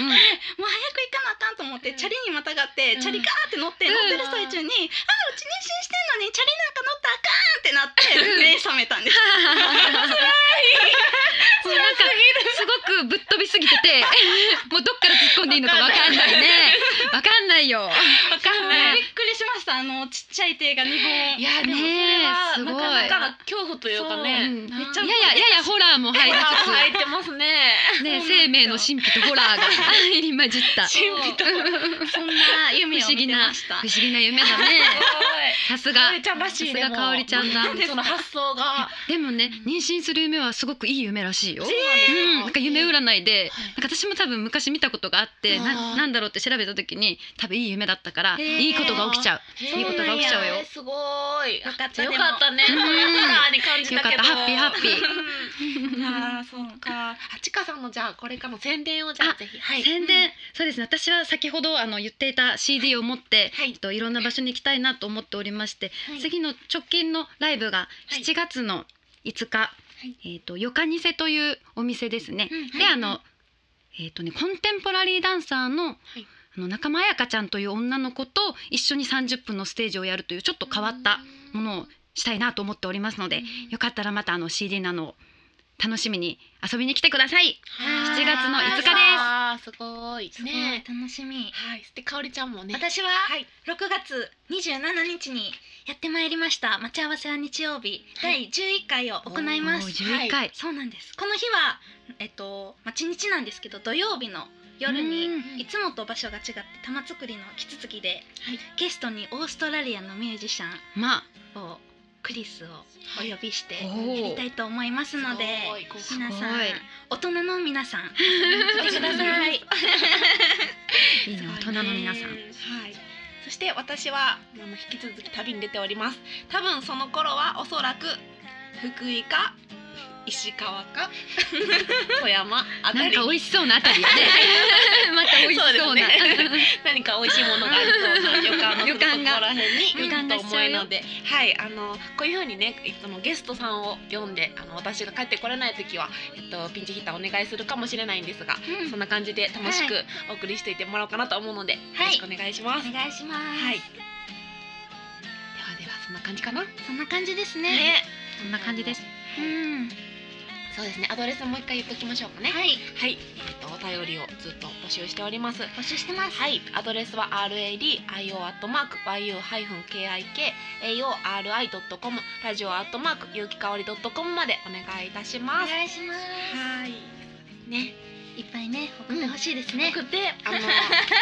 Speaker 1: もう早く行かなあかんと思ってチャリにまたがって、
Speaker 2: うん
Speaker 1: チャリガーって乗って、
Speaker 3: うん
Speaker 1: 乗ってる最中にあーうち妊娠してんのにチャリなんか乗ったらあかんってなって目覚めたん
Speaker 3: [LAUGHS]
Speaker 1: です
Speaker 3: もうなんかすごくぶっ飛びすぎててもうどっから突っ込んでいいのかわかんないねわかんないよ
Speaker 1: わかん
Speaker 3: ない
Speaker 1: びっくりしましたあのちっちゃい手が2本
Speaker 2: いやでもそれ
Speaker 3: ね
Speaker 2: は
Speaker 3: えすごい
Speaker 2: なかなか恐怖というか
Speaker 3: う
Speaker 2: ね
Speaker 3: ん
Speaker 1: めっちゃ
Speaker 3: ややややホラーも入り
Speaker 2: 入ってますね
Speaker 3: つつね
Speaker 1: そうなんですよ
Speaker 3: 生命の神秘とホラーが入り混じった不
Speaker 1: 神秘
Speaker 3: [LAUGHS]
Speaker 1: とそんな夢を
Speaker 3: 思
Speaker 1: 見
Speaker 3: 議
Speaker 1: て
Speaker 3: な
Speaker 1: ました
Speaker 3: 不思議な夢だねさす
Speaker 2: か
Speaker 3: が
Speaker 2: おりちゃんらしい
Speaker 3: さすがかおりちゃんだ
Speaker 2: その発想 [LAUGHS] が
Speaker 3: でもね妊娠する夢はすごくいい夢らしいようん、なんか夢
Speaker 2: い
Speaker 3: 占いで、
Speaker 2: はい
Speaker 3: なんか私も多分昔見たことがあって
Speaker 2: あ
Speaker 3: な
Speaker 2: ー
Speaker 3: なんだろうって調べた時に多分いい夢だったか
Speaker 1: へ
Speaker 3: ら、
Speaker 1: ー
Speaker 3: いいことが起きちゃういいことが起きちゃうよ
Speaker 2: すごい
Speaker 1: よかった
Speaker 2: よかったね
Speaker 3: うん
Speaker 2: ホラーに感じたけど
Speaker 3: よかったハッピーハッピー
Speaker 1: あーそうか
Speaker 2: あちかさんのじゃあこれからの宣伝をじゃあぜひはい
Speaker 3: 宣伝、そうですね私は先ほどあの言っていた CD を持って、
Speaker 2: はい
Speaker 3: えっといろんな場所に行きたいなと思っておりまして、
Speaker 2: はい
Speaker 3: 次の直近のライブが
Speaker 2: い
Speaker 3: 7月の5日、えっとよかにせというお店ですね。
Speaker 2: うん
Speaker 3: で
Speaker 2: はい
Speaker 3: あの、えっとねコンテンポラリーダンサーの、
Speaker 2: い
Speaker 3: あの仲間彩香ちゃんという女の子と一緒に30分のステージをやるというちょっと変わったものをしたいなと思っておりますので、よかったらまたあの CD なのを楽しみに遊びに来てください。
Speaker 2: 7
Speaker 3: 7月の5日です
Speaker 2: あーすごい
Speaker 1: すごい
Speaker 2: ね
Speaker 1: 楽しみ
Speaker 2: はいでかおりちゃんもね
Speaker 1: 私は6月27日にやってまいりました待ち合わせは日曜日第11回を行います
Speaker 3: おー11回
Speaker 1: はいそうなんですこの日はえっと待ち日なんですけど土曜日の夜に
Speaker 3: うん
Speaker 1: いつもと場所が違って玉造りの木つつきで、
Speaker 2: はい
Speaker 1: ゲストにオーストラリアのミュージシャ
Speaker 3: まあ
Speaker 1: ンをクリスをお呼びして
Speaker 3: お
Speaker 1: や
Speaker 3: ー
Speaker 1: りたいと思いますのです
Speaker 2: ごい豪華
Speaker 1: 皆さん
Speaker 3: すごい
Speaker 1: 大人の皆さん来てください
Speaker 3: いいな大人の皆さん。
Speaker 2: はい。そして私はあの引き続き旅に出ております。多分その頃はおそらく福井か石川か富山あた
Speaker 3: なん
Speaker 2: り
Speaker 3: か美
Speaker 2: に
Speaker 3: 味しそうなあたりやね。 [LAUGHS] また美味しそうな。
Speaker 2: そうです何か美味しいものがあると予感のする
Speaker 3: 予感が
Speaker 2: ところらへんに
Speaker 3: 予感が
Speaker 2: いると思うので、はいあのこういうふうにねいつもゲストさんを呼んであの私が帰ってこれない時はえっとピンチヒッターお願いするかもしれないんですが、そんな感じで楽しくお送りしていってもらおうかなと思うので、
Speaker 1: はい
Speaker 2: よろしくお願いします。
Speaker 1: お願いします、
Speaker 2: はい。ではではそんな感じかな。
Speaker 1: そんな感じですね
Speaker 2: ね。
Speaker 3: そんな感じです。
Speaker 1: うん
Speaker 2: そうですね。アドレスもう一回言っときましょうかね。
Speaker 1: はい
Speaker 2: はい。えっ、とお便りをずっと募集しております。
Speaker 1: 募集してます
Speaker 2: はい。アドレスは r a d i o アットマーク y u ハイフン k i k a o r i ドットコムラジオアットマーク有機香りドットコムまでお願いいたし
Speaker 1: お
Speaker 2: ます。
Speaker 1: 願いします
Speaker 2: はい。ね。
Speaker 1: いっぱいね送ってほしいですね、
Speaker 2: 送ってあ [LAUGHS] の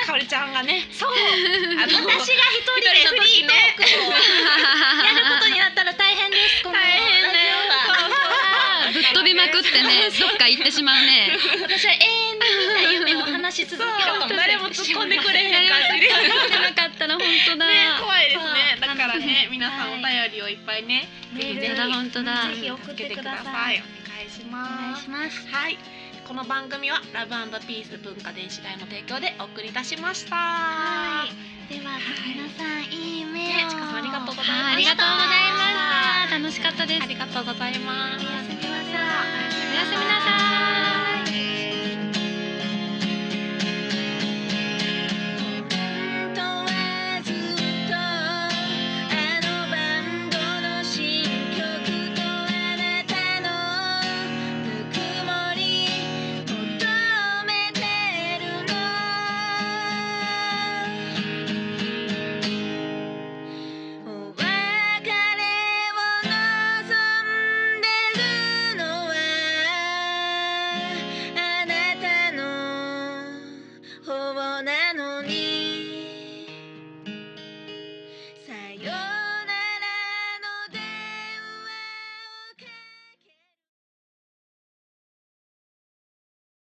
Speaker 2: 香りちゃんがね。そう。あ
Speaker 1: 私が一人でフリートークをやることになったら大変ですこのラ
Speaker 2: 大変だ
Speaker 1: ジ
Speaker 2: よ
Speaker 1: オは
Speaker 3: あー [LAUGHS] ぶっ飛びまくってね、どっか行ってしまうね。
Speaker 1: 私は永遠に見た夢を話し続けるかも
Speaker 2: 誰も突っ込んでくれへん
Speaker 3: 誰も
Speaker 2: 感じで。
Speaker 3: 行ってなかったら本当だ。
Speaker 2: ね、怖いですね。
Speaker 1: そう
Speaker 2: だからね、皆さんお
Speaker 1: はい
Speaker 2: 便りをいっぱいね、
Speaker 1: メール
Speaker 3: 本当だ本当だ。
Speaker 1: ぜひ送ってください
Speaker 2: お願いし
Speaker 1: お願い
Speaker 2: ま
Speaker 1: し
Speaker 2: す。
Speaker 1: ます
Speaker 2: はい、この番組はラブピース文化電子代の提供でお送りいたしました。は
Speaker 1: はいでは皆さんいい夢を
Speaker 2: ねちかさんありがとうございました
Speaker 3: はいありがとうございました。楽しかったです
Speaker 2: あ。りがとうございます。